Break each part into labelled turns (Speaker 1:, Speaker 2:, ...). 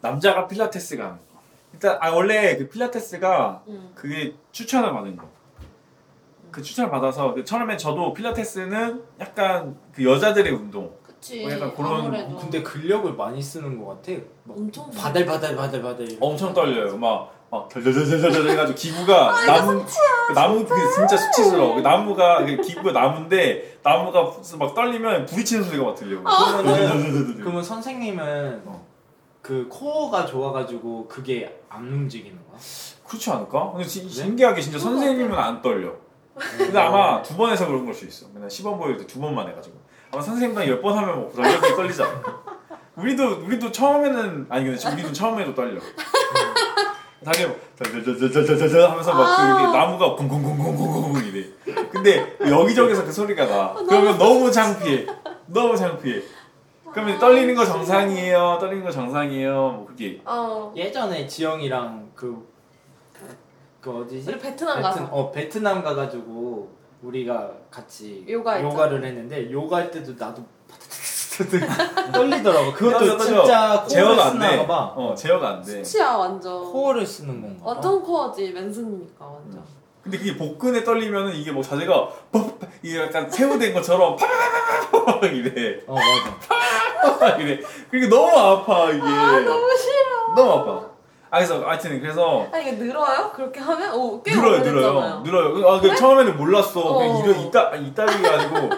Speaker 1: 남자가 필라테스가 하는 거. 일단 아 원래 그 필라테스가
Speaker 2: 응.
Speaker 1: 그게 추천을 받은 거. 그 추천을 받아서 그 처음에 저도 필라테스는 약간 그 여자들의 운동.
Speaker 2: 그치.
Speaker 1: 뭐 약간 그런-
Speaker 2: 아무래도.
Speaker 3: 어, 근데 근력을 많이 쓰는 것 같아. 막
Speaker 2: 엄청
Speaker 3: 바들바들 바들바들.
Speaker 1: 엄청 떨려요. 막막 덜덜덜덜덜 해가지고 기구가 나무 그 나무 그게 진짜 수치스러워. 그 나무가 그 기구가 나무인데 나무가 막 떨리면 부딪히는 소리가 막 들려. 덜덜덜덜덜.
Speaker 3: 그러면 선생님은
Speaker 1: 어.
Speaker 3: 그 코어가 좋아가지고 그게 안 움직이는 거야?
Speaker 1: 그렇지 않을까? 근데 진-
Speaker 3: 네?
Speaker 1: 신기하게 진짜 선생님은 안 떨려. 근데 아마 두 번 해서 그런 걸 수 있어. 맨날 시범 보일 때 두 번만 해가지고. 아마 선생님과 열 번 하면 뭐 부담스럽게 떨리잖아. 우리도 우리도 처음에는 아니 근데 지금 우리도 처음에도 떨려. 다리 막 덜덜덜덜덜덜 하면서 막그
Speaker 2: 아.
Speaker 1: 이렇게 나무가 쿵쿵쿵쿵쿵쿵 이래. 근데 여기저기서 그 소리가 나. 그러면 너무 창피해. 너무 창피해. 그러면 떨리는 거 정상이에요. 떨리는 거 정상이에요. 뭐 그게
Speaker 2: 어.
Speaker 3: 예전에 지영이랑 그, 그 어디지?
Speaker 2: 우리 베트남 가서.
Speaker 3: 베트, 어 베트남 가가지고 우리가 같이
Speaker 2: 요가 했잖아.
Speaker 3: 를 했는데 요가 할 때도 나도 파타타타타타 떨리더라고. 그것도
Speaker 1: 떨려, 떨려.
Speaker 3: 진짜
Speaker 1: 제어가
Speaker 3: 코어를
Speaker 1: 안 돼.
Speaker 3: 쓰나 봐.
Speaker 1: 어 제어가 안 돼.
Speaker 2: 치아 완전.
Speaker 3: 코어를 쓰는 건가 봐.
Speaker 2: 완전 코어지 맨손이니까 완전.
Speaker 1: 근데 그게 복근에 떨리면은 이게 뭐 자세가 퍽 이게 약간 새우된 것처럼 팍팍팍팍 이래
Speaker 3: 어 맞아.
Speaker 1: 팍 이래 그러니까 너무 아파 이게
Speaker 2: 아 너무 싫어.
Speaker 1: 너무 아파 아 그래서 하여튼 그래서
Speaker 2: 아니 이게 늘어요? 그렇게 하면 오꽤
Speaker 1: 늘어요
Speaker 2: 오래됐잖아요.
Speaker 1: 늘어요 늘어요 아그 처음에는 몰랐어 그냥
Speaker 2: 어.
Speaker 1: 이런 이따 이따위가 아니고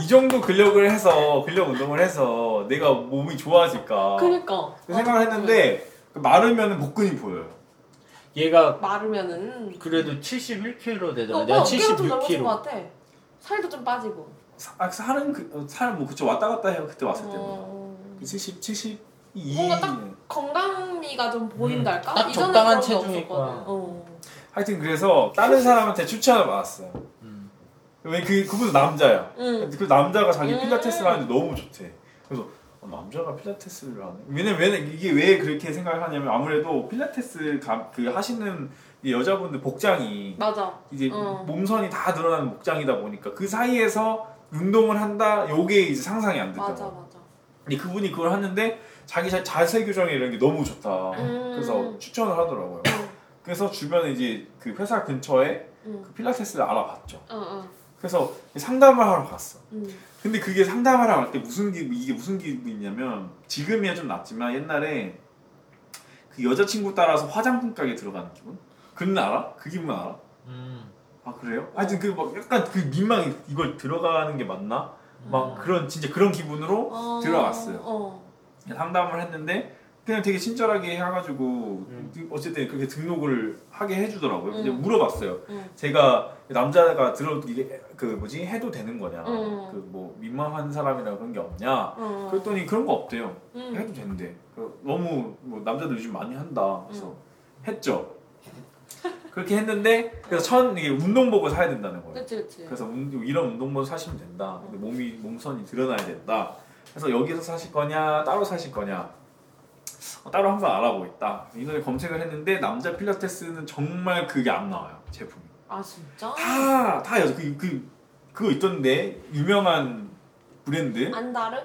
Speaker 1: 이 정도 근력을 해서 근력 운동을 해서 내가 몸이 좋아질까
Speaker 2: 그니까.
Speaker 1: 그 생각을 했는데 마르면은 복근이 보여요
Speaker 3: 얘가
Speaker 2: 마르면은.
Speaker 3: 그래도 71kg
Speaker 2: 오빠
Speaker 3: 되잖아. 내가
Speaker 2: 어깨가 좀 넓어진 것
Speaker 3: 76kg.
Speaker 2: 같아. 살도 좀 빠지고.
Speaker 1: 사- 아, 살은 그, 살뭐 그쵸 왔다 갔다 해요 그때 왔을 그 때보다
Speaker 2: 어.
Speaker 1: 70 72
Speaker 2: 뭔가 딱 건강미가 좀 보인달까?
Speaker 3: 음, 딱
Speaker 2: 이전에
Speaker 3: 적당한
Speaker 2: 그런 게
Speaker 3: 체중일
Speaker 2: 없었거든.
Speaker 3: 거야.
Speaker 2: 어.
Speaker 1: 하여튼 그래서 다른 사람한테 추천을 받았어요.
Speaker 3: 음.
Speaker 1: 왜 그 그분도 남자야.
Speaker 2: 응.
Speaker 1: 그 남자가 자기
Speaker 2: 음.
Speaker 1: 필라테스를 하는데 너무 좋대. 그래서 어, 남자가 필라테스를 하네. 왜냐면 왜냐 이게 왜 그렇게 생각을 하냐면 아무래도 필라테스 가, 그 하시는 이 여자분들 복장이
Speaker 2: 맞아.
Speaker 1: 이제
Speaker 2: 어.
Speaker 1: 몸선이 다 드러나는 복장이다 보니까 그 사이에서 운동을 한다. 요게 이제 상상이 안
Speaker 2: 맞아
Speaker 1: 된다.
Speaker 2: 맞아.
Speaker 1: 근데 그분이 그걸 하는데 자기 자, 자세 교정이 이런 게 너무 좋다.
Speaker 2: 음.
Speaker 1: 그래서 추천을 하더라고요.
Speaker 2: 응.
Speaker 1: 그래서 주변에 이제 그 회사 근처에
Speaker 2: 응.
Speaker 1: 그 필라테스를 알아봤죠.
Speaker 2: 어, 어.
Speaker 1: 그래서 상담을 하러 갔어.
Speaker 2: 응.
Speaker 1: 근데 그게 상담하러 갈 때 무슨 기 이게 무슨 기분이냐면 지금이야 좀 낫지만 옛날에 그 여자친구 따라서 화장품 가게 들어가는 기분? 그건 알아? 그 기분 알아?
Speaker 3: 음.
Speaker 1: 아 그래요? 하여튼 그 막 약간 그 민망이 이걸 들어가는 게 맞나? 막
Speaker 3: 음.
Speaker 1: 그런 진짜 그런 기분으로
Speaker 2: 어,
Speaker 1: 들어갔어요.
Speaker 2: 어.
Speaker 1: 상담을 했는데 그냥 되게 친절하게 해가지고
Speaker 3: 음.
Speaker 1: 어쨌든 그렇게 등록을 하게 해주더라고요. 근데
Speaker 2: 음.
Speaker 1: 물어봤어요.
Speaker 2: 응.
Speaker 1: 제가 남자가 들어 이게 그 뭐지 해도 되는 거냐
Speaker 2: 음.
Speaker 1: 그 뭐 민망한 사람이라 그런 게 없냐
Speaker 2: 어.
Speaker 1: 아,
Speaker 2: 음.
Speaker 1: 그랬더니 네? 그런 거 없대요
Speaker 2: 응.
Speaker 1: 해도 되는데 그 너무 뭐 남자들 요즘 많이 한다
Speaker 2: 음.
Speaker 1: 그래서 했죠 그렇게 했는데 그래서 천 이게 운동복을 사야 된다는 거예요
Speaker 2: 그치 그치.
Speaker 1: 그래서 운- 이런 운동복 사시면 된다 근데 몸이 몸선이 드러나야 된다 그래서 여기서 사실 거냐 따로 사실 거냐 어, 따로 항상 알아보고 있다 그래서 인터넷 검색을 했는데 남자 필라테스는 정말 그게 안 나와요 제품이
Speaker 2: 아 진짜?
Speaker 1: 다, 다 여자, 그, 그, 그거 있던데, 유명한 브랜드?
Speaker 2: 안 다른?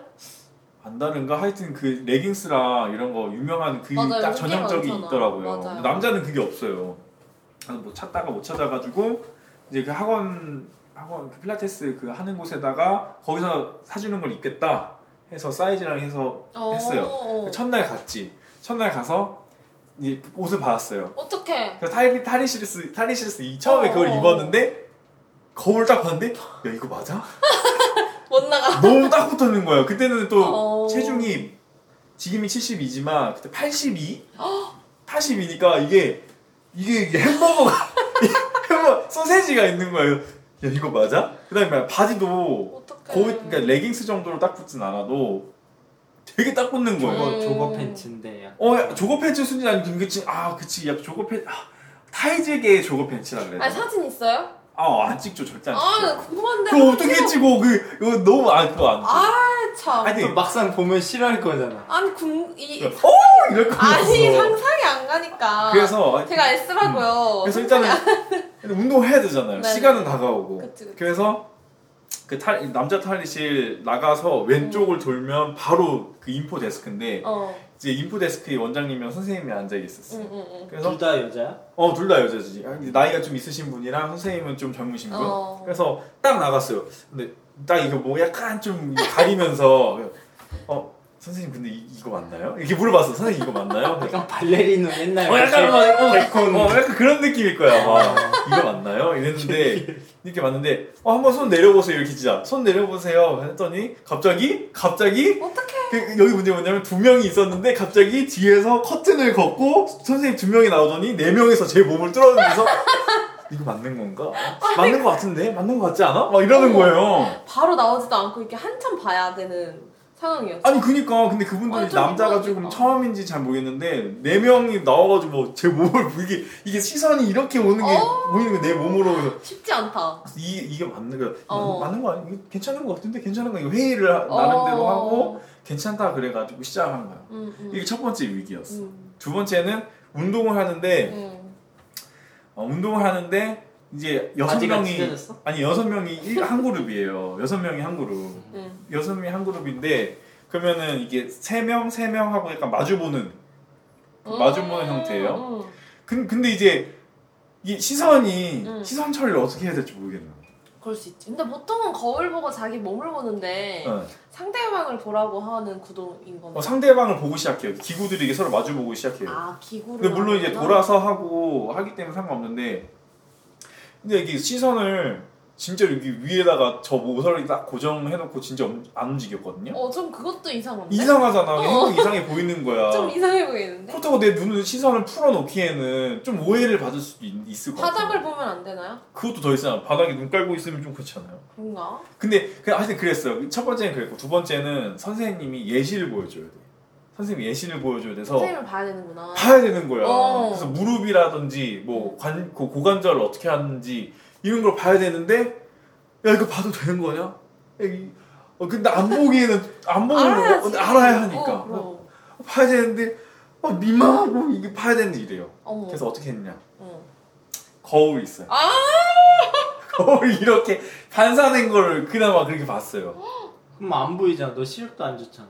Speaker 1: 안 다른가? 하여튼 그 레깅스랑 이런 거 유명한 그
Speaker 2: 맞아요.
Speaker 1: 딱
Speaker 2: 그게
Speaker 1: 전형적이
Speaker 2: 많잖아.
Speaker 1: 있더라고요.
Speaker 2: 맞아요.
Speaker 1: 남자는 그게 없어요. 그래서 뭐 찾다가 못 찾아가지고, 이제 그 학원, 학원, 그 필라테스 그 하는 곳에다가 거기서 사주는 걸 입겠다 해서 사이즈랑 해서
Speaker 2: 어.
Speaker 1: 했어요.
Speaker 2: 어.
Speaker 1: 첫날 갔지. 첫날 가서 이제 옷을 받았어요.
Speaker 2: 어떡해.
Speaker 1: 그래서 타리 타리시리스 타리시리스 이 처음에 그걸
Speaker 2: 어.
Speaker 1: 입었는데 거울 딱 봤는데 야 이거 맞아?
Speaker 2: 못 나가.
Speaker 1: 너무 딱 붙었는 거예요. 그때는 또
Speaker 2: 어.
Speaker 1: 체중이 지금이 72지만 그때 82, 82니까 이게 이게, 이게 햄버거가 햄버 소세지가 있는 거예요. 야 이거 맞아? 그다음에 바지도
Speaker 2: 어떡해.
Speaker 1: 거의 그러니까 레깅스 정도로 딱 붙진 않아도 되게 딱 붙는 거예요.
Speaker 3: 뭐, 조거
Speaker 2: 음.
Speaker 3: 조거 팬츠인데 약간.
Speaker 1: 어, 야, 조거 팬츠 순지 아니 그치? 아, 그치. 야, 조거 팬츠. 아, 타이즈계의 조거 팬츠라 그래.
Speaker 2: 아니 사진 있어요?
Speaker 1: 아, 안 찍죠. 절대 안
Speaker 2: 아
Speaker 1: 찍죠.
Speaker 2: 나 궁금한데.
Speaker 1: 그거 어떻게 찍어? 그, 이거 너무, 아, 그거 안 찍어.
Speaker 2: 아 참.
Speaker 1: 아니,
Speaker 2: 아니,
Speaker 3: 또 막상 보면 싫어할 거잖아.
Speaker 2: 궁이
Speaker 1: 오! 어! 이럴 거
Speaker 2: 아니
Speaker 1: 없어.
Speaker 2: 상상이 안 가니까.
Speaker 1: 그래서, 음.
Speaker 2: 제가 S라고요.
Speaker 1: 그래서 일단은, 일단 운동해야 되잖아요.
Speaker 2: 네네.
Speaker 1: 시간은 다가오고.
Speaker 2: 그치, 그치.
Speaker 1: 그래서, 그 탈, 남자 탈의실 나가서
Speaker 2: 음.
Speaker 1: 왼쪽을 돌면 바로 그 인포 데스크인데
Speaker 2: 어. 음,
Speaker 1: 이제 인포 데스크에 원장님이랑 선생님이 앉아
Speaker 2: 응,
Speaker 1: 계셨어요.
Speaker 2: 응,
Speaker 1: 그래서
Speaker 3: 둘 다 여자야?
Speaker 1: 어 둘 다 여자지. 아, 이제 나이가 좀 있으신 분이랑 선생님은 좀 젊으신 분.
Speaker 2: 어.
Speaker 1: 그래서 딱 나갔어요. 근데 딱 이거 뭐 약간 좀 가리면서 어 선생님 근데 이, 이거 맞나요? 이렇게 물어봤어. 선생님 이거 맞나요?
Speaker 3: 약간 발레리노 옛날
Speaker 1: 어 약간 막, 어,
Speaker 3: 아, 개콘.
Speaker 1: 어, 약간 그런 느낌일 거야. 아마. 이거 맞나요? 이랬는데 이렇게 맞는데 어, 한번 손 내려보세요 이렇게 진짜 손 내려보세요 했더니 갑자기 갑자기
Speaker 2: 응. 음. 어떡해.
Speaker 1: 그- 여기 문제 뭐냐면 두 명이 있었는데 갑자기 뒤에서 커튼을 걷고 선생님 두 명이 나오더니 네 명이서 제 몸을 뚫어내면서 이거 맞는 건가? 맞는 거 같은데 맞는 거 같지 않아? 막 이러는
Speaker 2: 어머.
Speaker 1: 거예요.
Speaker 2: 바로 나오지도 않고 이렇게 한참 봐야 되는 상황이었어.
Speaker 1: 아니 그니까 근데 그분들이
Speaker 2: 완전
Speaker 1: 남자가
Speaker 2: 민망하겠다.
Speaker 1: 조금 처음인지 잘 모르겠는데 네 명이 나와가지고 뭐 제 몸을 이게 이게 시선이 이렇게 오는 게
Speaker 2: 어.
Speaker 1: 보이는 게 내 몸으로 그래서
Speaker 2: 쉽지 않다.
Speaker 1: 이 이게 맞는 거
Speaker 2: 어.
Speaker 1: 맞는 거 아니? 이거 괜찮은 거 같은데 괜찮은 거 이거 회의를 하- 나름대로 하고 괜찮다 그래가지고 시작한 거예요.
Speaker 2: 어. 음, 음.
Speaker 1: 이게 첫 번째 위기였어.
Speaker 2: 음.
Speaker 1: 두 번째는 운동을 하는데
Speaker 2: 음.
Speaker 1: 어, 운동을 하는데 이제 여섯
Speaker 3: 바지가
Speaker 1: 명이
Speaker 3: 찢어졌어?
Speaker 1: 아니 여섯 명이 일- 한 그룹이에요. 여섯 명이 한 그룹.
Speaker 2: 음.
Speaker 1: 여섯 명이 한 그룹인데 그러면은 이게 세명세 명하고 약간 마주보는
Speaker 2: 어.
Speaker 1: 마주보는 형태예요.
Speaker 2: 음, 음.
Speaker 1: 근, 근데 이제 이 시선이
Speaker 2: 음.
Speaker 1: 시선 처리를 어떻게 해야 될지 모르겠네.
Speaker 2: 그럴 수 있지. 근데 보통은 거울 보고 자기 몸을 보는데
Speaker 1: 어.
Speaker 2: 상대방을 보라고 하는 구도인 거네.
Speaker 1: 어, 상대방을 보고 시작해요. 기구들이 이게 서로 마주보고 시작해요.
Speaker 2: 아 기구를.
Speaker 1: 근데 물론 이제
Speaker 2: 하는구나.
Speaker 1: 돌아서 하고 하기 때문에 상관없는데 근데 이게 시선을 진짜 여기 위에다가 저 모서리 딱 고정해놓고 진짜 엄- 안 움직였거든요.
Speaker 2: 어, 좀 그것도 이상한데.
Speaker 1: 이상하잖아.
Speaker 2: 어.
Speaker 1: 행동 이상해 보이는 거야.
Speaker 2: 좀 이상해 보이는데.
Speaker 1: 네. 그렇다고 내 눈을 시선을 풀어놓기에는 좀 오해를 받을 수도 있, 있을 것 같아.
Speaker 2: 바닥을 보면 안 되나요?
Speaker 1: 그것도 더 있잖아. 바닥에 눈 깔고 있으면 좀 그렇잖아요.
Speaker 2: 그런가?
Speaker 1: 근데 그냥 하여튼 그랬어요. 첫 번째는 그랬고 두 번째는 선생님이 예시를 보여줘야 돼. 선생님 예시를 보여줘야 돼서
Speaker 2: 선생님을 봐야 되는구나.
Speaker 1: 봐야 되는 거야.
Speaker 2: 어.
Speaker 1: 그래서 무릎이라든지 뭐 관, 고- 고관절을 어떻게 하는지 이런 걸 봐야 되는데 야 이거 봐도 되는 거냐? 야, 이- 어, 근데 안 보기에는 안 보는
Speaker 2: 알아야지.
Speaker 1: 거 어, 알아야 하니까
Speaker 2: 어, 그럼.
Speaker 1: 봐야 되는데 어, 민망하고 이게 봐야 되는 일이에요.
Speaker 2: 어머.
Speaker 1: 그래서 어떻게 했냐?
Speaker 2: 응.
Speaker 1: 거울 있어요.
Speaker 2: 아!
Speaker 1: 거울 이렇게 반사된 거를 그나마 그렇게 봤어요.
Speaker 3: 그럼 안 보이잖아. 너 시력도 안 좋잖아.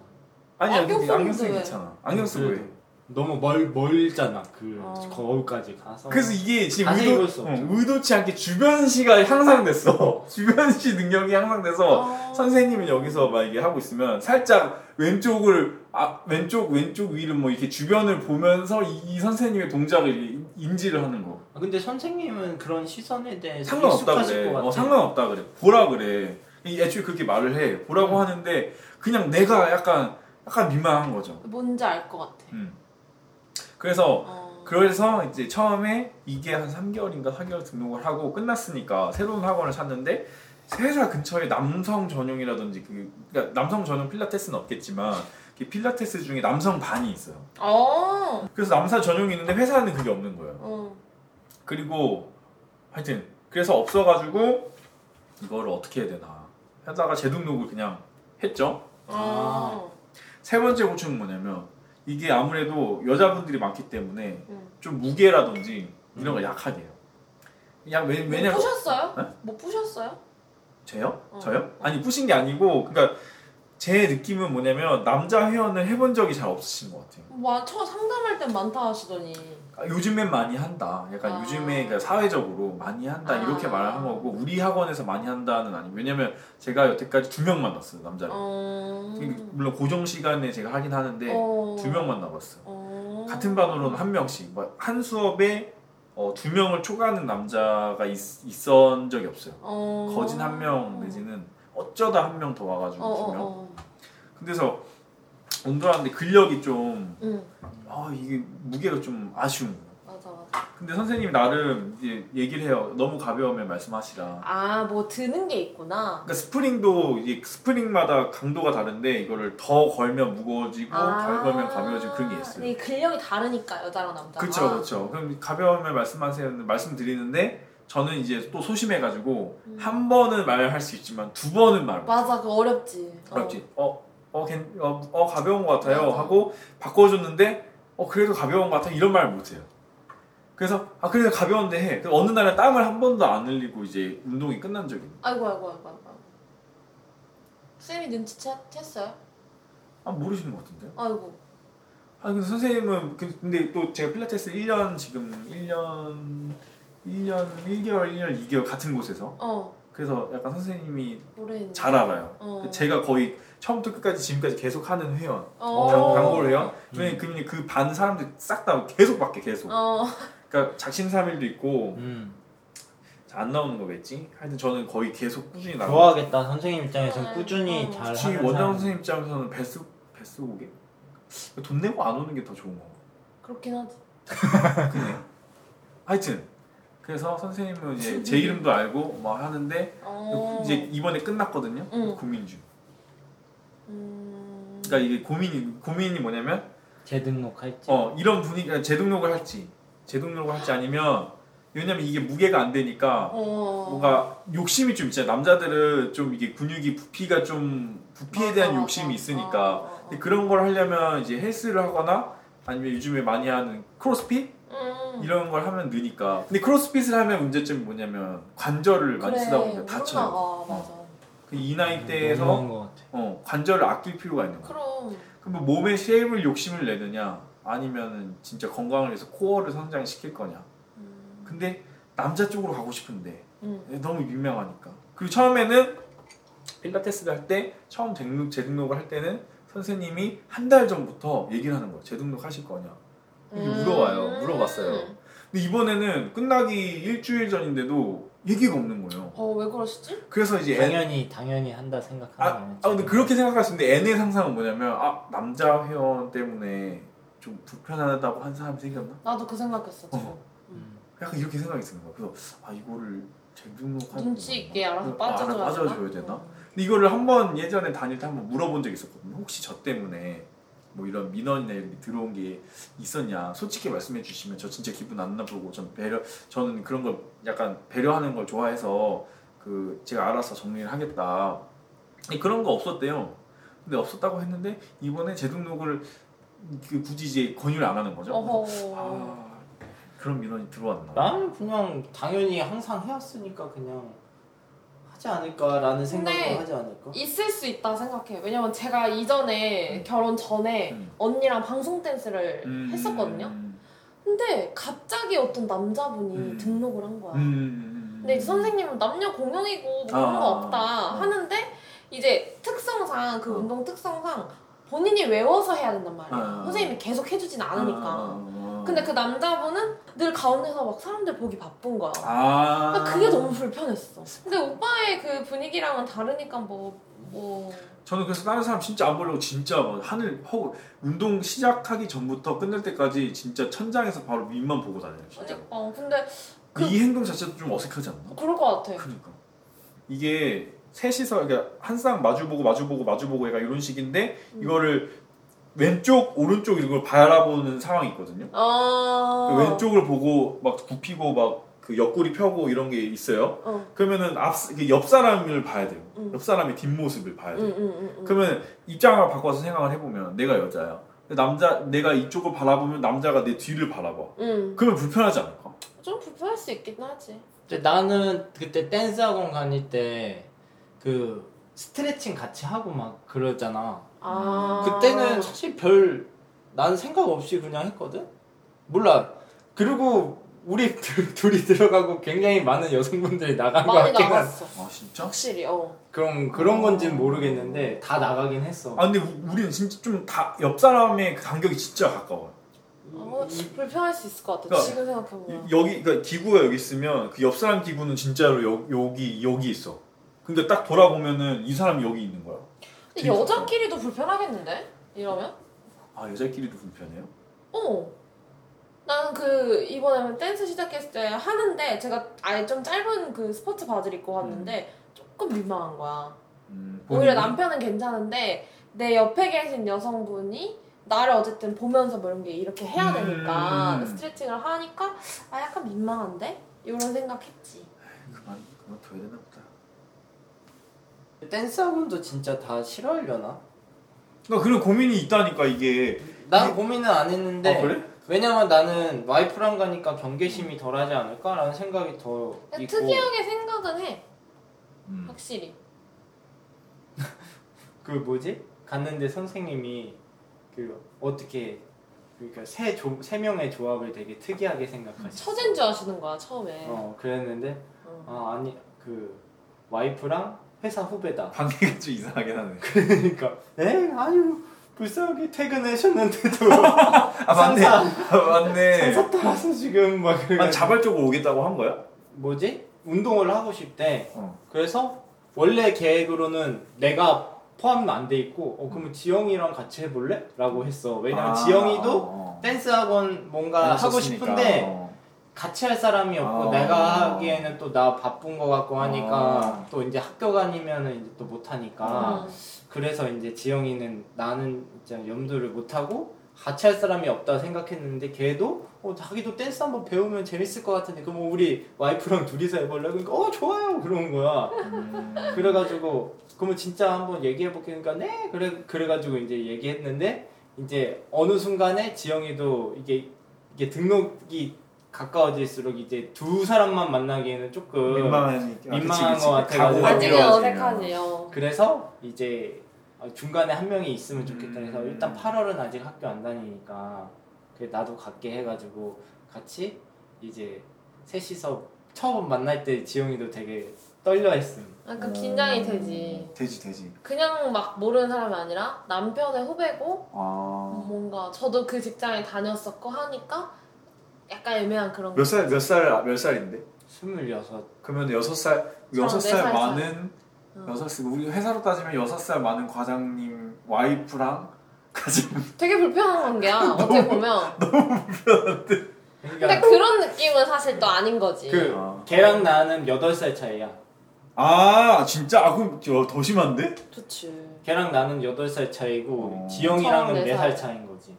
Speaker 1: 아니야
Speaker 2: 안경
Speaker 1: 근데 안경
Speaker 2: 쓰는데
Speaker 1: 쓰기
Speaker 2: 왜?
Speaker 1: 괜찮아. 안경 쓰고 해.
Speaker 3: 그래도 너무 멀 멀잖아. 그
Speaker 2: 어.
Speaker 3: 거울까지 가서.
Speaker 1: 그래서 이게 지금
Speaker 3: 자세히
Speaker 1: 의도,
Speaker 3: 볼수 없죠.
Speaker 1: 응, 의도치 않게 주변시가 향상됐어. 주변시 능력이 향상돼서
Speaker 2: 아.
Speaker 1: 어, 선생님은 여기서 막 이게 하고 있으면 살짝 왼쪽을 아 왼쪽 왼쪽 위를 뭐 이렇게 주변을 보면서 이, 이 선생님의 동작을 이- 인지를 하는 거
Speaker 3: 아, 근데 선생님은 그런 시선에 대해서
Speaker 1: 상관없다
Speaker 3: 예, 익숙하실
Speaker 1: 그래
Speaker 3: 것 같아.
Speaker 1: 어, 상관없다 그래 보라 그래 이 애초에 그렇게 말을 해
Speaker 3: 음.
Speaker 1: 보라고 하는데 그냥 내가 약간 약간 민망한 거죠
Speaker 2: 뭔지 알 것 같아.
Speaker 1: 음 그래서
Speaker 2: 어.
Speaker 1: 그래서 이제 처음에 이게 한 3개월인가 4개월 등록을 하고 끝났으니까 새로운 학원을 찾는데 회사 근처에 남성 전용이라든지 그 그러니까 남성 전용 필라테스는 없겠지만 그 필라테스 중에 남성 반이 있어요.
Speaker 2: 어.
Speaker 1: 그래서 남성 전용이 있는데 회사는 그게 없는 거예요.
Speaker 2: 어.
Speaker 1: 그리고 하여튼 그래서 없어가지고 이거를 어떻게 해야 되나 하다가 재등록을 그냥 했죠.
Speaker 2: 아.
Speaker 1: 세 번째 고충은 뭐냐면 이게 아무래도 여자분들이 많기 때문에
Speaker 2: 음.
Speaker 1: 좀 무게라든지 이런 거 약하게 해요. 약 왜, 왜냐면
Speaker 2: 못 부셨어요?
Speaker 1: 어?
Speaker 2: 못 부셨어요?
Speaker 1: 제요?
Speaker 2: 어.
Speaker 1: 저요? 아니 뿌신 게 아니고 그러니까 제 느낌은 뭐냐면 남자 회원을 해본 적이 잘 없으신 것 같아요.
Speaker 2: 와, 처 상담할 땐 많다 하시더니.
Speaker 1: 아, 요즘엔 많이 한다. 약간
Speaker 2: 아.
Speaker 1: 요즘에 그러니까 사회적으로 많이 한다
Speaker 2: 아.
Speaker 1: 이렇게 말한 거고 우리 학원에서 많이 한다는 아니. 왜냐면 제가 여태까지 두 명 만났어요 남자를.
Speaker 2: 어.
Speaker 1: 물론 고정 시간에 제가 하긴 하는데 음,
Speaker 2: 어.
Speaker 1: 두 명 만나봤어요.
Speaker 2: 어.
Speaker 1: 같은 반으로는 한 명씩 뭐한 수업에 어, 두 명을 초과하는 남자가 있, 있은 적이 없어요.
Speaker 2: 어.
Speaker 1: 거진 한 명 내지는 어쩌다 한 명 더 와가지고
Speaker 2: 어,
Speaker 1: 두 명.
Speaker 2: 어, 어.
Speaker 1: 근데서 운동하는데 근력이 좀
Speaker 2: 응.
Speaker 1: 아, 이게 무게가 좀 아쉬운 거예요.
Speaker 2: 맞아, 맞아.
Speaker 1: 근데 선생님이 나름 이제 얘기를 해요. 너무 가벼우면 말씀하시라.
Speaker 2: 아, 뭐 드는 게 있구나.
Speaker 1: 그러니까 스프링도 이제 스프링마다 강도가 다른데 이거를 더 걸면 무거워지고 덜 걸면 뭐 가벼워지고 그런 게 있어요.
Speaker 2: 근데 아. 근력이 다르니까 여자랑 남자가.
Speaker 1: 그렇죠, 그렇죠. 그럼 가벼우면 말씀하세요. 말씀드리는데 저는 이제 또 소심해가지고
Speaker 2: 음.
Speaker 1: 한 번은 말할 수 있지만 두 번은 말 못.
Speaker 2: 맞아, 그 어렵지. 어.
Speaker 1: 어렵지. 어, 어, 괜, 어, 어, 가벼운 것 같아요.
Speaker 2: 맞아.
Speaker 1: 하고 바꿔줬는데 어 그래도 가벼운 것 같아 이런 말 못해요. 그래서 아 그래도 가벼운데 해. 그럼 어느 날에 땀을 한 번도 안 흘리고 이제 운동이 끝난 적이 있는.
Speaker 2: 아이고, 아이고, 아이고, 아이고. 쌤이 눈치챘어요?
Speaker 1: 아 모르시는 것 같은데.
Speaker 2: 아이고.
Speaker 1: 아 근데 선생님은 그- 근데 또 제가 필라테스 1년 지금 1년 1년 1개월 1년 2개월 같은 곳에서
Speaker 2: 어.
Speaker 1: 그래서 약간 선생님이
Speaker 2: 오래 했네.
Speaker 1: 잘 알아요.
Speaker 2: 어.
Speaker 1: 제가 거의 처음부터 끝까지 지금까지 계속 하는 회원,
Speaker 2: 어.
Speaker 1: 단-
Speaker 3: 오.
Speaker 1: 단골 회원.
Speaker 3: 음.
Speaker 1: 왜냐면 그- 그반 사람들 싹 다 계속 밖에 계속.
Speaker 2: 어.
Speaker 1: 그러니까 작심삼일도 있고
Speaker 3: 음.
Speaker 1: 안 나오는 거겠지. 하여튼 저는 거의 계속 꾸준히 나가.
Speaker 3: 좋아하겠다 선생님 입장에서 꾸준히
Speaker 2: 어.
Speaker 3: 잘
Speaker 1: 특히
Speaker 3: 하는
Speaker 1: 원장
Speaker 3: 사람.
Speaker 1: 선생님 입장에서는 배수 배수 고개. 돈 내고 안 오는 게 더 좋은 거.
Speaker 2: 그렇긴 하지.
Speaker 1: 하여튼 그래서 선생님은 이제 제 이름도 알고 막 하는데
Speaker 2: 어.
Speaker 1: 이제 이번에 끝났거든요.
Speaker 2: 응.
Speaker 1: 고민 중.
Speaker 2: 음.
Speaker 1: 그러니까 이게 고민이 고민이 뭐냐면
Speaker 3: 재등록할지
Speaker 1: 어 이런 분위기 재등록을 할지 재등록을 할지 아니면 왜냐면 이게 무게가 안 되니까
Speaker 2: 어.
Speaker 1: 뭔가 욕심이 좀 있잖아요. 남자들은 좀 이게 근육이 부피가 좀 부피에 대한
Speaker 2: 맞아,
Speaker 1: 욕심이
Speaker 2: 맞아.
Speaker 1: 있으니까
Speaker 2: 어, 어, 어.
Speaker 1: 근데 그런 걸 하려면 이제 헬스를 하거나 아니면 요즘에 많이 하는 크로스핏
Speaker 2: 음.
Speaker 1: 이런 걸 하면 느니까. 근데 크로스핏을 하면 문제점이 뭐냐면 관절을 많이 쓰다 보니까 다쳐요.
Speaker 2: 아, 맞아.
Speaker 1: 그 이 나이
Speaker 3: 너무
Speaker 1: 때에서
Speaker 3: 음, 한것 같아.
Speaker 1: 어, 관절을 아낄 필요가 있는 거야.
Speaker 2: 그럼
Speaker 1: 그럼 뭐 몸의 쉐입을 욕심을 내느냐 아니면은 진짜 건강을 위해서 코어를 성장시킬 거냐.
Speaker 2: 음.
Speaker 1: 근데 남자 쪽으로 가고 싶은데
Speaker 2: 음.
Speaker 1: 네, 너무 유명하니까. 그리고 처음에는 필라테스를 할 때 처음 등록 재등록을 할 때는 선생님이 한 달 전부터 얘기를 하는 거예요. 재등록 하실 거냐. 이게
Speaker 2: 음.
Speaker 1: 물어봐요. 물어봤어요. 근데 이번에는 끝나기 일주일 전인데도 얘기가 없는 거예요.
Speaker 2: 어왜 그러시지?
Speaker 1: 그래서 이제 N-
Speaker 3: 당연히 당연히 한다 생각하는
Speaker 1: 예. 아,
Speaker 3: 거겠지.
Speaker 1: 아 근데 그렇게 생각할 수 있는데 N의 상상은 뭐냐면 아 남자 회원 때문에 좀 불편하다고 한 사람이 생겼나?
Speaker 2: 나도 그 생각했어 지금.
Speaker 3: 음.
Speaker 1: 약간 이렇게 생각이 드는 거예요. 그래서 아 이거를 재등록하는
Speaker 2: 눈치 있게 알아서
Speaker 1: 아,
Speaker 2: 빠져줘야
Speaker 1: 빠져줘야 되나? 근데 이거를 한번 예전에 다닐 때 한번 물어본 적이 있었거든요. 혹시 저 때문에 뭐 이런 민원이나 이런 게 들어온 게 있었냐? 솔직히 말씀해 주시면 저 진짜 기분 안 나쁘고 전 배려 저는 그런 걸 약간 배려하는 걸 좋아해서 그 제가 알아서 정리를 하겠다. 근데 그런 거 없었대요. 근데 없었다고 했는데 이번에 재등록을 그 굳이 이제 권유를 안 하는 거죠.
Speaker 2: 어허.
Speaker 1: 아 그런 민원이 들어왔나?
Speaker 3: 난 그냥 당연히 항상 해왔으니까 그냥 하지 않을까라는
Speaker 2: 근데
Speaker 3: 생각도 하지 않을까.
Speaker 2: 있을 수 있다 생각해. 왜냐면 제가 이전에
Speaker 1: 음.
Speaker 2: 결혼 전에
Speaker 1: 음.
Speaker 2: 언니랑 방송 댄스를
Speaker 1: 음.
Speaker 2: 했었거든요. 근데 갑자기 어떤 남자분이
Speaker 1: 음.
Speaker 2: 등록을 한 거야.
Speaker 1: 음.
Speaker 2: 근데 이제 선생님은 남녀 공용이고 뭐 그런
Speaker 1: 아,
Speaker 2: 거 없다
Speaker 1: 아.
Speaker 2: 하는데 이제 특성상 그
Speaker 1: 어.
Speaker 2: 운동 특성상 본인이 외워서 해야 된단 말이야.
Speaker 1: 아.
Speaker 2: 선생님이 계속 해주진 않으니까.
Speaker 1: 아.
Speaker 2: 근데 그 남자분은 늘 가운데서 막 사람들 보기 바쁜 거야.
Speaker 1: 아.
Speaker 2: 그러니까 그게 너무 불편했어. 근데 오빠의 그 분위기랑은 다르니까 뭐 뭐.
Speaker 1: 저는 그래서 다른 사람 진짜 안 보려고 진짜 막 하늘 허 운동 시작하기 전부터 끝날 때까지 진짜 천장에서 바로 윗만 보고 다녀요 진짜.
Speaker 2: 그러니까 네. 근데 그-
Speaker 1: 이 행동 자체도 좀 어색하지 않나?
Speaker 2: 그럴 것 같아.
Speaker 1: 그러니까 이게 셋이서 그러니까 한쌍 마주 보고 마주 보고 마주 보고 약간 이런 식인데
Speaker 2: 음.
Speaker 1: 이거를 왼쪽 오른쪽 이걸 바라보는 상황이 있거든요.
Speaker 2: 아.
Speaker 1: 그 왼쪽을 보고 막 굽히고 막 그 옆구리 펴고 이런 게 있어요.
Speaker 2: 어.
Speaker 1: 그러면은 앞옆 사람을 봐야 돼요.
Speaker 2: 음.
Speaker 1: 옆 사람의 뒷모습을 봐야 돼요.
Speaker 2: 응응응. 음, 음, 음.
Speaker 1: 그러면 입장을 바꿔서 생각을 해보면 내가 여자야. 근데 남자 내가 이쪽을 바라보면 남자가 내 뒤를 바라봐.
Speaker 2: 음.
Speaker 1: 그러면 불편하지 않을까?
Speaker 2: 좀 불편할 수 있긴 하지.
Speaker 3: 근데 나는 그때 댄스 학원 다닐 때 그 스트레칭 같이 하고 막 그러잖아.
Speaker 2: 아.
Speaker 3: 그때는 사실 별 난 생각 없이 그냥 했거든. 몰라. 그리고 우리 두- 둘이 들어가고 굉장히 많은 여성분들이 나간 것
Speaker 2: 많이
Speaker 3: 같긴 한
Speaker 2: 나갔어.
Speaker 1: 아 진짜?
Speaker 2: 확실히 어.
Speaker 3: 그런 그런 건지는 모르겠는데 다 나가긴 했어.
Speaker 1: 아 근데 우- 우리는 진짜 좀 다 옆 사람의 그 간격이 진짜 가까워요.
Speaker 2: 어, 불편할 수 있을 것 같아.
Speaker 1: 그러니까
Speaker 2: 지금 생각해 보면.
Speaker 1: 이- 여기 그러니까 기구가 여기 있으면 그 옆 사람 기구는 진짜로 여, 여기 여기 있어. 근데 딱 돌아보면은 이 사람이 여기 있는 거야.
Speaker 2: 근데 여자끼리도 불편하겠는데? 이러면?
Speaker 1: 아 여자끼리도 불편해요?
Speaker 2: 어. 나는 그 이번에 댄스 시작했을 때 하는데 제가 아예 좀 짧은 그 스포츠 바지를 입고 왔는데 조금 민망한 거야.
Speaker 1: 음,
Speaker 2: 오히려
Speaker 1: 본인이?
Speaker 2: 남편은 괜찮은데 내 옆에 계신 여성분이 나를 어쨌든 보면서 뭐 이런 게 이렇게 해야 되니까
Speaker 1: 음.
Speaker 2: 스트레칭을 하니까 아 약간 민망한데? 이런 생각했지.
Speaker 1: 그만 그만 둬야 되나 보다.
Speaker 3: 댄스 학원도 진짜 다 싫어하려나?
Speaker 1: 그러니까 그런 고민이 있다니까 이게.
Speaker 3: 난 고민은 안 했는데
Speaker 1: 네. 아 그래?
Speaker 3: 왜냐면 나는 와이프랑 가니까 경계심이 덜하지 않을까라는 생각이 더
Speaker 2: 근데
Speaker 3: 있고
Speaker 2: 특이하게 생각은 해
Speaker 1: 음.
Speaker 2: 확실히.
Speaker 3: 그 뭐지 갔는데 선생님이 그 어떻게 그러니까 세 조 세 명의 조합을 되게 특이하게 생각하시.
Speaker 2: 처제인 줄 아시는 거야 처음에.
Speaker 3: 어 그랬는데
Speaker 2: 어.
Speaker 3: 아 아니 그 와이프랑 회사 후배다.
Speaker 1: 관계가 좀 이상하긴 하네.
Speaker 3: 그러니까 에 아유 불쌍하게 퇴근하셨는데도
Speaker 1: 아 맞네. 아, 맞네. 아,
Speaker 3: 회사 따라서 지금 막
Speaker 1: 난
Speaker 3: 그래가지고
Speaker 1: 자발적으로 오겠다고 한 거야?
Speaker 3: 뭐지 운동을 하고 싶대.
Speaker 1: 어.
Speaker 3: 그래서 원래 계획으로는 내가 포함은 안 돼 있고 어 그러면 지영이랑 같이 해볼래? 라고 했어 왜냐면
Speaker 1: 음. 아,
Speaker 3: 지영이도
Speaker 1: 어.
Speaker 3: 댄스 학원 뭔가 하고
Speaker 1: 했었으니까.
Speaker 3: 싶은데
Speaker 1: 어.
Speaker 3: 같이 할 사람이 없고
Speaker 1: 아.
Speaker 3: 내가 하기에는 또 나 바쁜 거 같고 하니까
Speaker 1: 아.
Speaker 3: 또 이제 학교 다니면은 이제 또 못하니까
Speaker 2: 음.
Speaker 3: 그래서 이제 지영이는 나는 이제 염두를 못하고 같이 할 사람이 없다 생각했는데 걔도 어 자기도 댄스 한번 배우면 재밌을 것 같은데 그럼 우리 와이프랑 둘이서 해볼래? 그러니까 어 좋아요 그러는 거야
Speaker 1: 음.
Speaker 3: 그래가지고 그러면 진짜 한번 얘기해볼게 그러니까 네 그래 그래가지고 이제 얘기했는데 이제 어느 순간에 지영이도 이게 이게 등록이 가까워질수록 이제 두 사람만 만나기에는 조금
Speaker 1: 민망하니까.
Speaker 3: 민망한 것 같아가지고.
Speaker 1: 아, 각오가
Speaker 2: 완전히
Speaker 1: 필요하지.
Speaker 2: 어색하지요.
Speaker 3: 그래서 이제 중간에 한 명이 있으면 좋겠다 해서
Speaker 1: 음.
Speaker 3: 일단 8월은 아직 학교 안 다니니까 그래 나도 갈게 해가지고 같이 이제 셋이서 처음 만날 때 지영이도 되게 떨려했음
Speaker 2: 약간
Speaker 1: 음.
Speaker 2: 아, 그 긴장이 되지.
Speaker 1: 되지 되지.
Speaker 2: 그냥 막 모르는 사람이 아니라 남편의 후배고
Speaker 1: 아.
Speaker 2: 뭔가 저도 그 직장에 다녔었고 하니까 약간 애매한 그런.
Speaker 1: 몇 살 몇 살 몇 살인데?
Speaker 3: 26
Speaker 1: 그러면 여섯 살 여섯 살
Speaker 2: 34살.
Speaker 1: 많은
Speaker 2: 어.
Speaker 1: 여섯 살 우리 회사로 따지면 여섯 살 많은 과장님 와이프랑 같이
Speaker 2: 되게 불편한 관계야 어떻게 보면.
Speaker 3: 그러니까
Speaker 2: 근데 그런 느낌은 사실 또 아닌 거지.
Speaker 3: 그
Speaker 1: 아.
Speaker 3: 걔랑 나는 8살 차이야.
Speaker 1: 아 진짜 아 그럼 저- 더 심한데?
Speaker 2: 좋지.
Speaker 3: 걔랑 나는 8살 차이고
Speaker 1: 어.
Speaker 3: 지영이랑은
Speaker 2: 저랑 네
Speaker 3: 4살
Speaker 2: 살.
Speaker 3: 차이인 거지.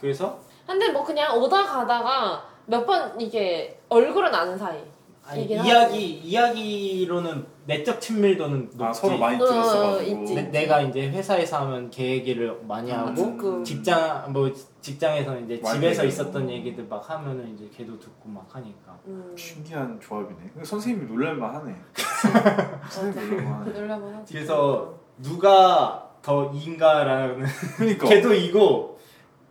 Speaker 3: 그래서
Speaker 2: 근데 뭐 그냥 오다 가다가 몇 번 이게 얼굴은 아는 사이.
Speaker 3: 아니,
Speaker 2: 얘기를
Speaker 3: 이야기 이야기로는 내적 친밀도는 높지.
Speaker 1: 아 서로 많이
Speaker 2: 어,
Speaker 1: 들었어가지고
Speaker 2: 있지.
Speaker 3: 내- 내가 이제 회사에서 하면 걔 얘기를 많이 하고
Speaker 2: 조금.
Speaker 3: 직장 뭐 직장에서 이제
Speaker 1: 많이
Speaker 3: 집에서
Speaker 1: 얘기하고.
Speaker 3: 있었던 얘기들 막 하면은 이제 걔도 듣고 막 하니까
Speaker 2: 음.
Speaker 1: 신기한 조합이네. 근데 선생님이 놀랄만하네. 선생님 놀랄만하네.
Speaker 2: 놀라면 하지.
Speaker 3: 뒤에서 누가 더 인가라는
Speaker 1: 그러니까
Speaker 3: 걔도 이고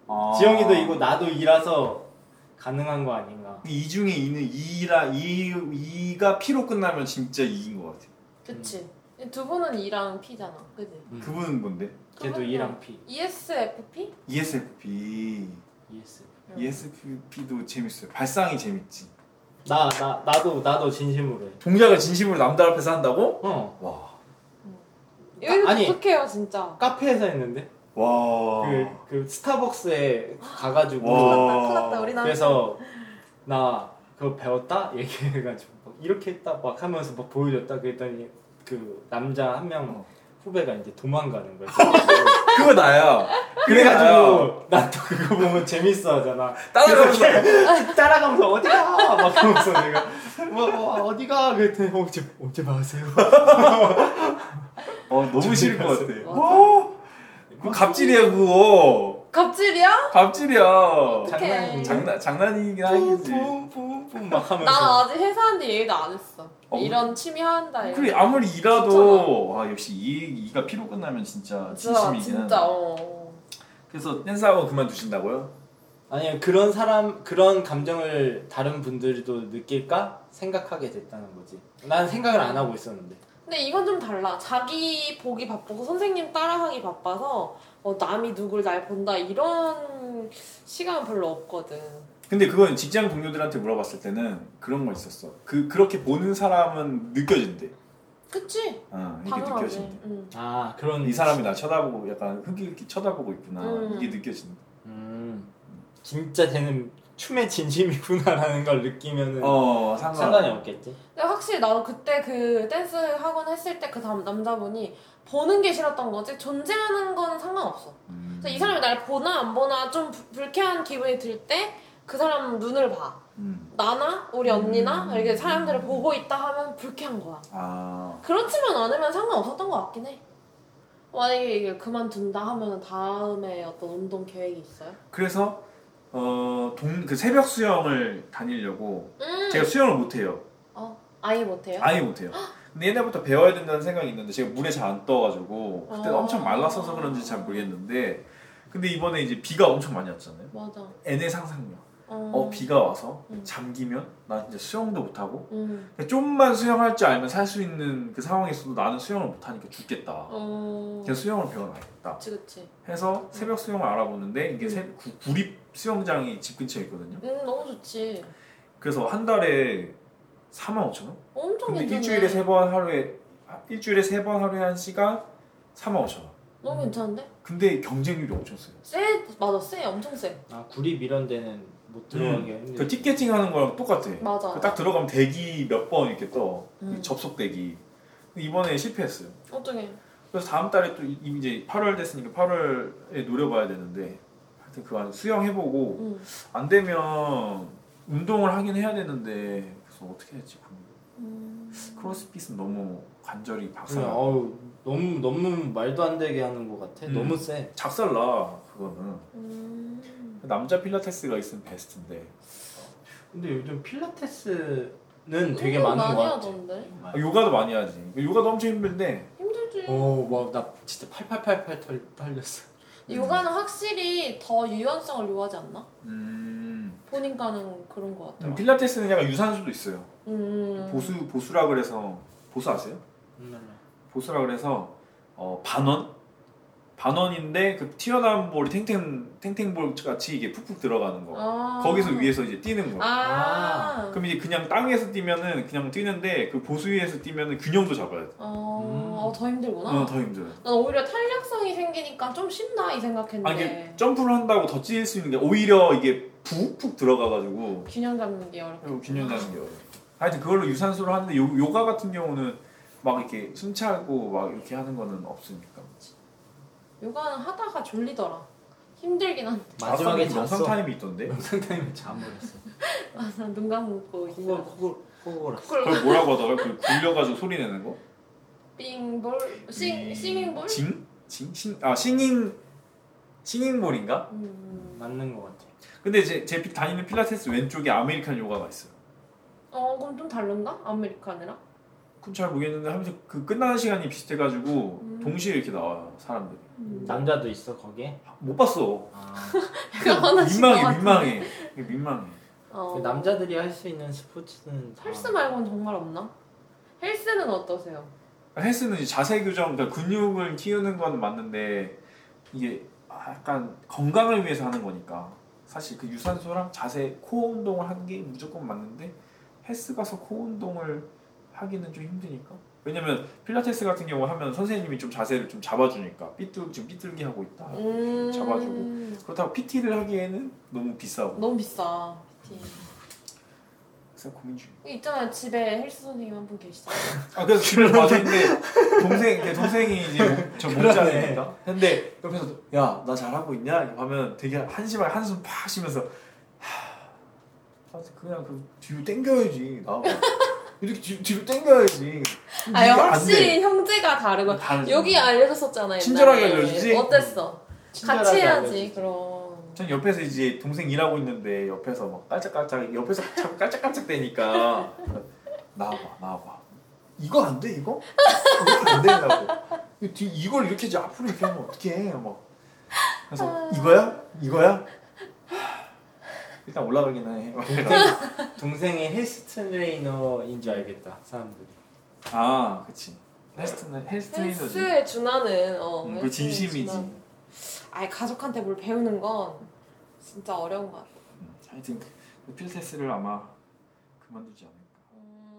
Speaker 1: 아.
Speaker 3: 지영이도 이고 나도 이라서 가능한 거 아닌가.
Speaker 1: 이 중에 이는 이라 이 이가 피로 끝나면 진짜 이인 것 같아.
Speaker 2: 그치. 두 분은 E랑 P잖아. 그지?
Speaker 3: 음.
Speaker 1: 그분은 뭔데? E
Speaker 3: 걔도
Speaker 2: 그분은
Speaker 3: E랑 P.
Speaker 2: ESFP?
Speaker 1: ESFP.
Speaker 3: ES.
Speaker 2: 음.
Speaker 1: E ESFP도 재밌어요. 발상이 재밌지.
Speaker 3: 나, 나, 나도, 나도 진심으로 해.
Speaker 1: 동작을 진심으로 남들 앞에서 한다고?
Speaker 3: 어.
Speaker 1: 와.
Speaker 2: 여기서
Speaker 3: 아니.
Speaker 2: 독특해요 진짜.
Speaker 3: 카페에서 했는데,
Speaker 1: 와.
Speaker 3: 그, 그 스타벅스에 가가지고,
Speaker 1: 와.
Speaker 2: 큰일 났다, 큰일 났다, 우리 남.
Speaker 3: 그래서, 나 그거 배웠다? 얘기해가지고, 막 이렇게 했다? 막 하면서 막 보여줬다? 그랬더니, 그 남자 한 명
Speaker 1: 어.
Speaker 3: 후배가 이제 도망가는 거야.
Speaker 1: 그거 나야.
Speaker 3: 그래가지고, 나 또 그거 보면 재밌어 하잖아.
Speaker 1: 따라가면서
Speaker 3: 따라가면서 어디가 막 그러면서 내가 뭐, 뭐 어디가 그랬더니 어, 제어 제발 하세요
Speaker 1: 어 너무 싫을 것 같아.
Speaker 3: 재밌었어요.
Speaker 1: 와. 그 갑질이야 그거.
Speaker 2: 갑질이야?
Speaker 1: 갑질이야.
Speaker 2: 음.
Speaker 3: 장난이
Speaker 1: 장난 장난이긴 하겠지.
Speaker 3: 뿜뿜뿜뿜 막 하면서
Speaker 2: 나 아직 회사한테 얘기도 안 했어.
Speaker 1: 어,
Speaker 2: 이런 취미 한다. 이런.
Speaker 1: 그래 아무리 일하도 아 역시 이 이가 피로 끝나면 진짜
Speaker 2: 진짜
Speaker 1: 진심이긴
Speaker 2: 진짜
Speaker 1: 한데.
Speaker 2: 어.
Speaker 1: 그래서 댄스하고 그만두신다고요?
Speaker 3: 아니요 그런 사람 그런 감정을 다른 분들도 느낄까 생각하게 됐다는 거지 난 생각을 안 하고 있었는데
Speaker 2: 근데 이건 좀 달라. 자기 보기 바쁘고 선생님 따라하기 바빠서 어, 남이 누굴 날 본다 이런 시간은 별로 없거든.
Speaker 1: 근데 그건 직장 동료들한테 물어봤을 때는 그런 거 있었어. 그 그렇게 보는 사람은 느껴진대.
Speaker 2: 그치?
Speaker 1: 어, 이게
Speaker 2: 당연하지. 음.
Speaker 1: 느껴진대.
Speaker 2: 응.
Speaker 3: 아 그런
Speaker 1: 이 사람이 나 쳐다보고 약간 흑이렇게 쳐다보고 있구나
Speaker 2: 음.
Speaker 1: 이게 느껴진다.
Speaker 3: 음 진짜 쟤는 춤에 진심이구나라는 걸 느끼면은
Speaker 1: 어
Speaker 3: 네. 상관이 없겠지
Speaker 2: 근데 확실히 나도 그때 그 댄스 학원 했을 때 그 다음 남자분이 보는 게 싫었던 거지 존재하는 건 상관없어.
Speaker 1: 음.
Speaker 2: 그래서 이 사람이 날 보나 안 보나 좀 부- 불쾌한 기분이 들 때 그 사람 눈을 봐.
Speaker 1: 음.
Speaker 2: 나나 우리 언니나
Speaker 1: 음.
Speaker 2: 이렇게 사람들을 보고 있다 하면 불쾌한 거야.
Speaker 1: 아
Speaker 2: 그렇지만 않으면 상관없었던 것 같긴 해. 만약에 이게 그만둔다 하면 다음에 어떤 운동 계획이 있어요?
Speaker 1: 그래서 어동그 새벽 수영을 다니려고
Speaker 2: 음.
Speaker 1: 제가 수영을 못 해요.
Speaker 2: 어, 아예 못해요?
Speaker 1: 아예 못 해요. 근데 옛날부터 배워야 된다는 생각이 있는데 제가 물에 잘 안 떠가지고 그때
Speaker 2: 어.
Speaker 1: 엄청 말랐어서 그런지 잘 모르겠는데 근데 이번에 이제 비가 엄청 많이 왔잖아요.
Speaker 2: 맞아. 어,
Speaker 1: 애네 상상력.
Speaker 2: 음.
Speaker 1: 어 비가 와서 잠기면 나 진짜 수영도 못하고
Speaker 2: 음.
Speaker 1: 그러니까 좀만 수영할 줄 알면 살 수 있는 그 상황에서도 나는 수영을 못하니까 죽겠다.
Speaker 2: 어.
Speaker 1: 그냥 수영을 배워놔야겠다.
Speaker 2: 그치 그치.
Speaker 1: 해서 새벽 수영을 알아보는데 이게 새, 구, 구립 수영장이 집 근처에 있거든요.
Speaker 2: 음 너무 좋지.
Speaker 1: 그래서 한 달에 4만 5천 원?
Speaker 2: 엄청
Speaker 1: 근데
Speaker 2: 괜찮네.
Speaker 1: 일주일에 세 번 하루에 아, 일주일에 세 번 하루에 한 시간 4만 5천 원.
Speaker 2: 너무 괜찮은데?
Speaker 1: 근데 경쟁률이 엄청 세요.
Speaker 2: 세 맞아 세 엄청 세.
Speaker 3: 아 구립 이런 데는 못 들어가게 힘들.
Speaker 1: 그 티켓팅 하는 거랑 똑같아.
Speaker 2: 맞아.
Speaker 1: 그딱 들어가면 대기 몇 번 이렇게 떠. 그
Speaker 2: 음.
Speaker 1: 접속 대기. 근데 이번에 실패했어요.
Speaker 2: 어떻게?
Speaker 1: 그래서 다음 달에 또 이- 이제 8월 됐으니까 8월에 노려봐야 되는데 하여튼 그거 안- 수영해보고
Speaker 2: 음.
Speaker 1: 안 되면 운동을 하긴 해야 되는데 그래서 어떻게 해야지 고민.
Speaker 2: 음.
Speaker 1: 크로스핏은 너무 관절이 박살
Speaker 3: 그냥 음, 어우 너무 너무 말도 안 되게 하는 것 같아.
Speaker 1: 음.
Speaker 3: 너무 세.
Speaker 1: 작살나 그거는
Speaker 2: 음.
Speaker 1: 남자 필라테스가 있으면 베스트인데
Speaker 3: 근데 요즘 필라테스는 되게
Speaker 2: 운동
Speaker 3: 많은 것
Speaker 2: 많이
Speaker 3: 같아.
Speaker 2: 하던데.
Speaker 1: 아, 요가도 많이 하지 요가도 엄청 힘든데
Speaker 2: 힘들지.
Speaker 3: 어, 오와나 진짜 팔팔팔팔 털- 털렸어.
Speaker 2: 요가는 확실히 더 유연성을 요하지 않나?
Speaker 1: 음,
Speaker 2: 보니까는 그런 것 같아.
Speaker 1: 필라테스는 약간 유산소도 있어요
Speaker 2: 음.
Speaker 1: 보수 보수라 그래서 보수 아세요?
Speaker 3: 음.
Speaker 1: 보수라 그래서 어, 반원 반원인데 그 튀어나온 볼이 탱탱 탱탱볼 같이 이게 푹푹 들어가는 거
Speaker 2: 아.
Speaker 1: 거기서 위에서 이제 뛰는 거
Speaker 2: 아.
Speaker 1: 그럼 이제 그냥 땅 위에서 뛰면은 그냥 뛰는데 그 보수 위에서 뛰면은 균형도 잡아야 돼.
Speaker 2: 어,
Speaker 3: 음.
Speaker 2: 어, 더 힘들구나.
Speaker 1: 어, 더 힘들어요.
Speaker 2: 난 오히려 탄력성이 생기니까 좀 쉽나
Speaker 1: 아
Speaker 2: 이
Speaker 1: 이게
Speaker 2: 생각했는데
Speaker 1: 점프를 한다고 더 찢을 수 있는 게 오히려 이게 푹푹 들어가가지고
Speaker 2: 균형 잡는 게 어렵.
Speaker 1: 그리고 균형 잡는 게 어려워. 하여튼 그걸로 유산소를 하는데 요, 요가 같은 경우는 막 이렇게 숨차고 막 이렇게 하는 거는 없으니까.
Speaker 2: 요가는 하다가 졸리더라. 힘들긴 한.
Speaker 3: 마지막에
Speaker 1: 아까
Speaker 3: 잤어.
Speaker 1: 명상 타임이 있던데
Speaker 3: 영상 타임에 잠버렸어.
Speaker 2: 맞아 눈 감고
Speaker 3: 코골
Speaker 2: 있어.
Speaker 3: 코골 코골.
Speaker 2: 그걸
Speaker 1: 그걸 뭐라고 하더라? 그 굴려가지고 소리 내는 거?
Speaker 2: 빙볼, 싱,
Speaker 1: 이-
Speaker 2: 싱잉볼.
Speaker 1: 징? 징? 싱? 아 싱잉 싱잉볼인가?
Speaker 2: 음.
Speaker 3: 맞는 것 같아.
Speaker 1: 근데 제, 제 피- 다니는 필라테스 왼쪽에 아메리칸 요가가 있어요.
Speaker 2: 어 그럼 좀 다른가? 아메리카노랑?
Speaker 1: 그건 잘 모르겠는데 하면서 그 끝나는 시간이 비슷해가지고
Speaker 2: 음.
Speaker 1: 동시에 이렇게 나와요 사람들이
Speaker 2: 음.
Speaker 3: 남자도 있어 거기에.
Speaker 1: 못 봤어
Speaker 3: 아.
Speaker 2: 약간 화나신 것
Speaker 1: 민망해
Speaker 2: 같아.
Speaker 1: 민망해 이게 민망해
Speaker 2: 어.
Speaker 3: 그 남자들이 할 수 있는 스포츠는 다-
Speaker 2: 헬스 말고는 정말 없나? 헬스는 어떠세요?
Speaker 1: 헬스는 이제 자세 교정 그러니까 근육을 키우는 건 맞는데 이게 약간 건강을 위해서 하는 거니까 사실 그 유산소랑 자세 코어 운동을 하는 게 무조건 맞는데 헬스 가서 코어 운동을 하기는 좀 힘드니까 왜냐면 필라테스 같은 경우 하면 선생님이 좀 자세를 좀 잡아주니까 삐뚤 지금 삐뚤기 하고 있다
Speaker 2: 음.
Speaker 1: 잡아주고. 그렇다고 PT를 하기에는 너무 비싸고
Speaker 2: 너무 비싸.
Speaker 1: 그래서 고민 중이에요.
Speaker 2: 있잖아요 집에 헬스 선생님 한 분 계시잖아요.
Speaker 1: 아 그래서 집에 가는데 동생 내 동생이 이제 목- 저 목자니까. 근데 옆에서 야 나 잘하고 있냐 이렇게 하면 되게 한심하게 한숨 팍 쉬면서 하, 아, 그냥 그 뒤로 당겨야지 나 이렇게 뒤, 뒤로 당겨야지. 근데 음.
Speaker 2: 아
Speaker 1: 이게 안 돼.
Speaker 2: 확실히 형제가 다르고
Speaker 1: 다르지.
Speaker 2: 여기 알려줬었잖아요.
Speaker 1: 친절하게
Speaker 2: 옛날에.
Speaker 1: 알려주지?
Speaker 2: 어땠어?
Speaker 3: 친절하게
Speaker 2: 같이 해야지
Speaker 3: 알려주지.
Speaker 2: 그럼.
Speaker 1: 전 옆에서 이제 동생 일하고 있는데 옆에서 막 깔짝깔짝 옆에서 자꾸 깔짝깔짝 대니까 나와봐 나와봐 이거 안 돼 이거 이거 안 된다고 이 뒤- 이걸 이렇게 이제 앞으로 이렇게 하면 어떻게 해막
Speaker 2: 아.
Speaker 1: 그래서 이거야 이거야 하, 일단 올라가긴 해아
Speaker 3: 동생이 헬스 트레이너인 줄 알겠다 사람들이.
Speaker 1: 아, 그치 헬스는 헬스 트레이너지
Speaker 2: 헬스에 준하는 어.
Speaker 1: 음,
Speaker 2: 헬스에
Speaker 1: 그 진심이지
Speaker 2: 준하는. 아예 가족한테 뭘 배우는 건 진짜 어려운 것 같아.
Speaker 1: 음, 하여튼 그 필테스를 아마 그만두지 않을까
Speaker 2: 음.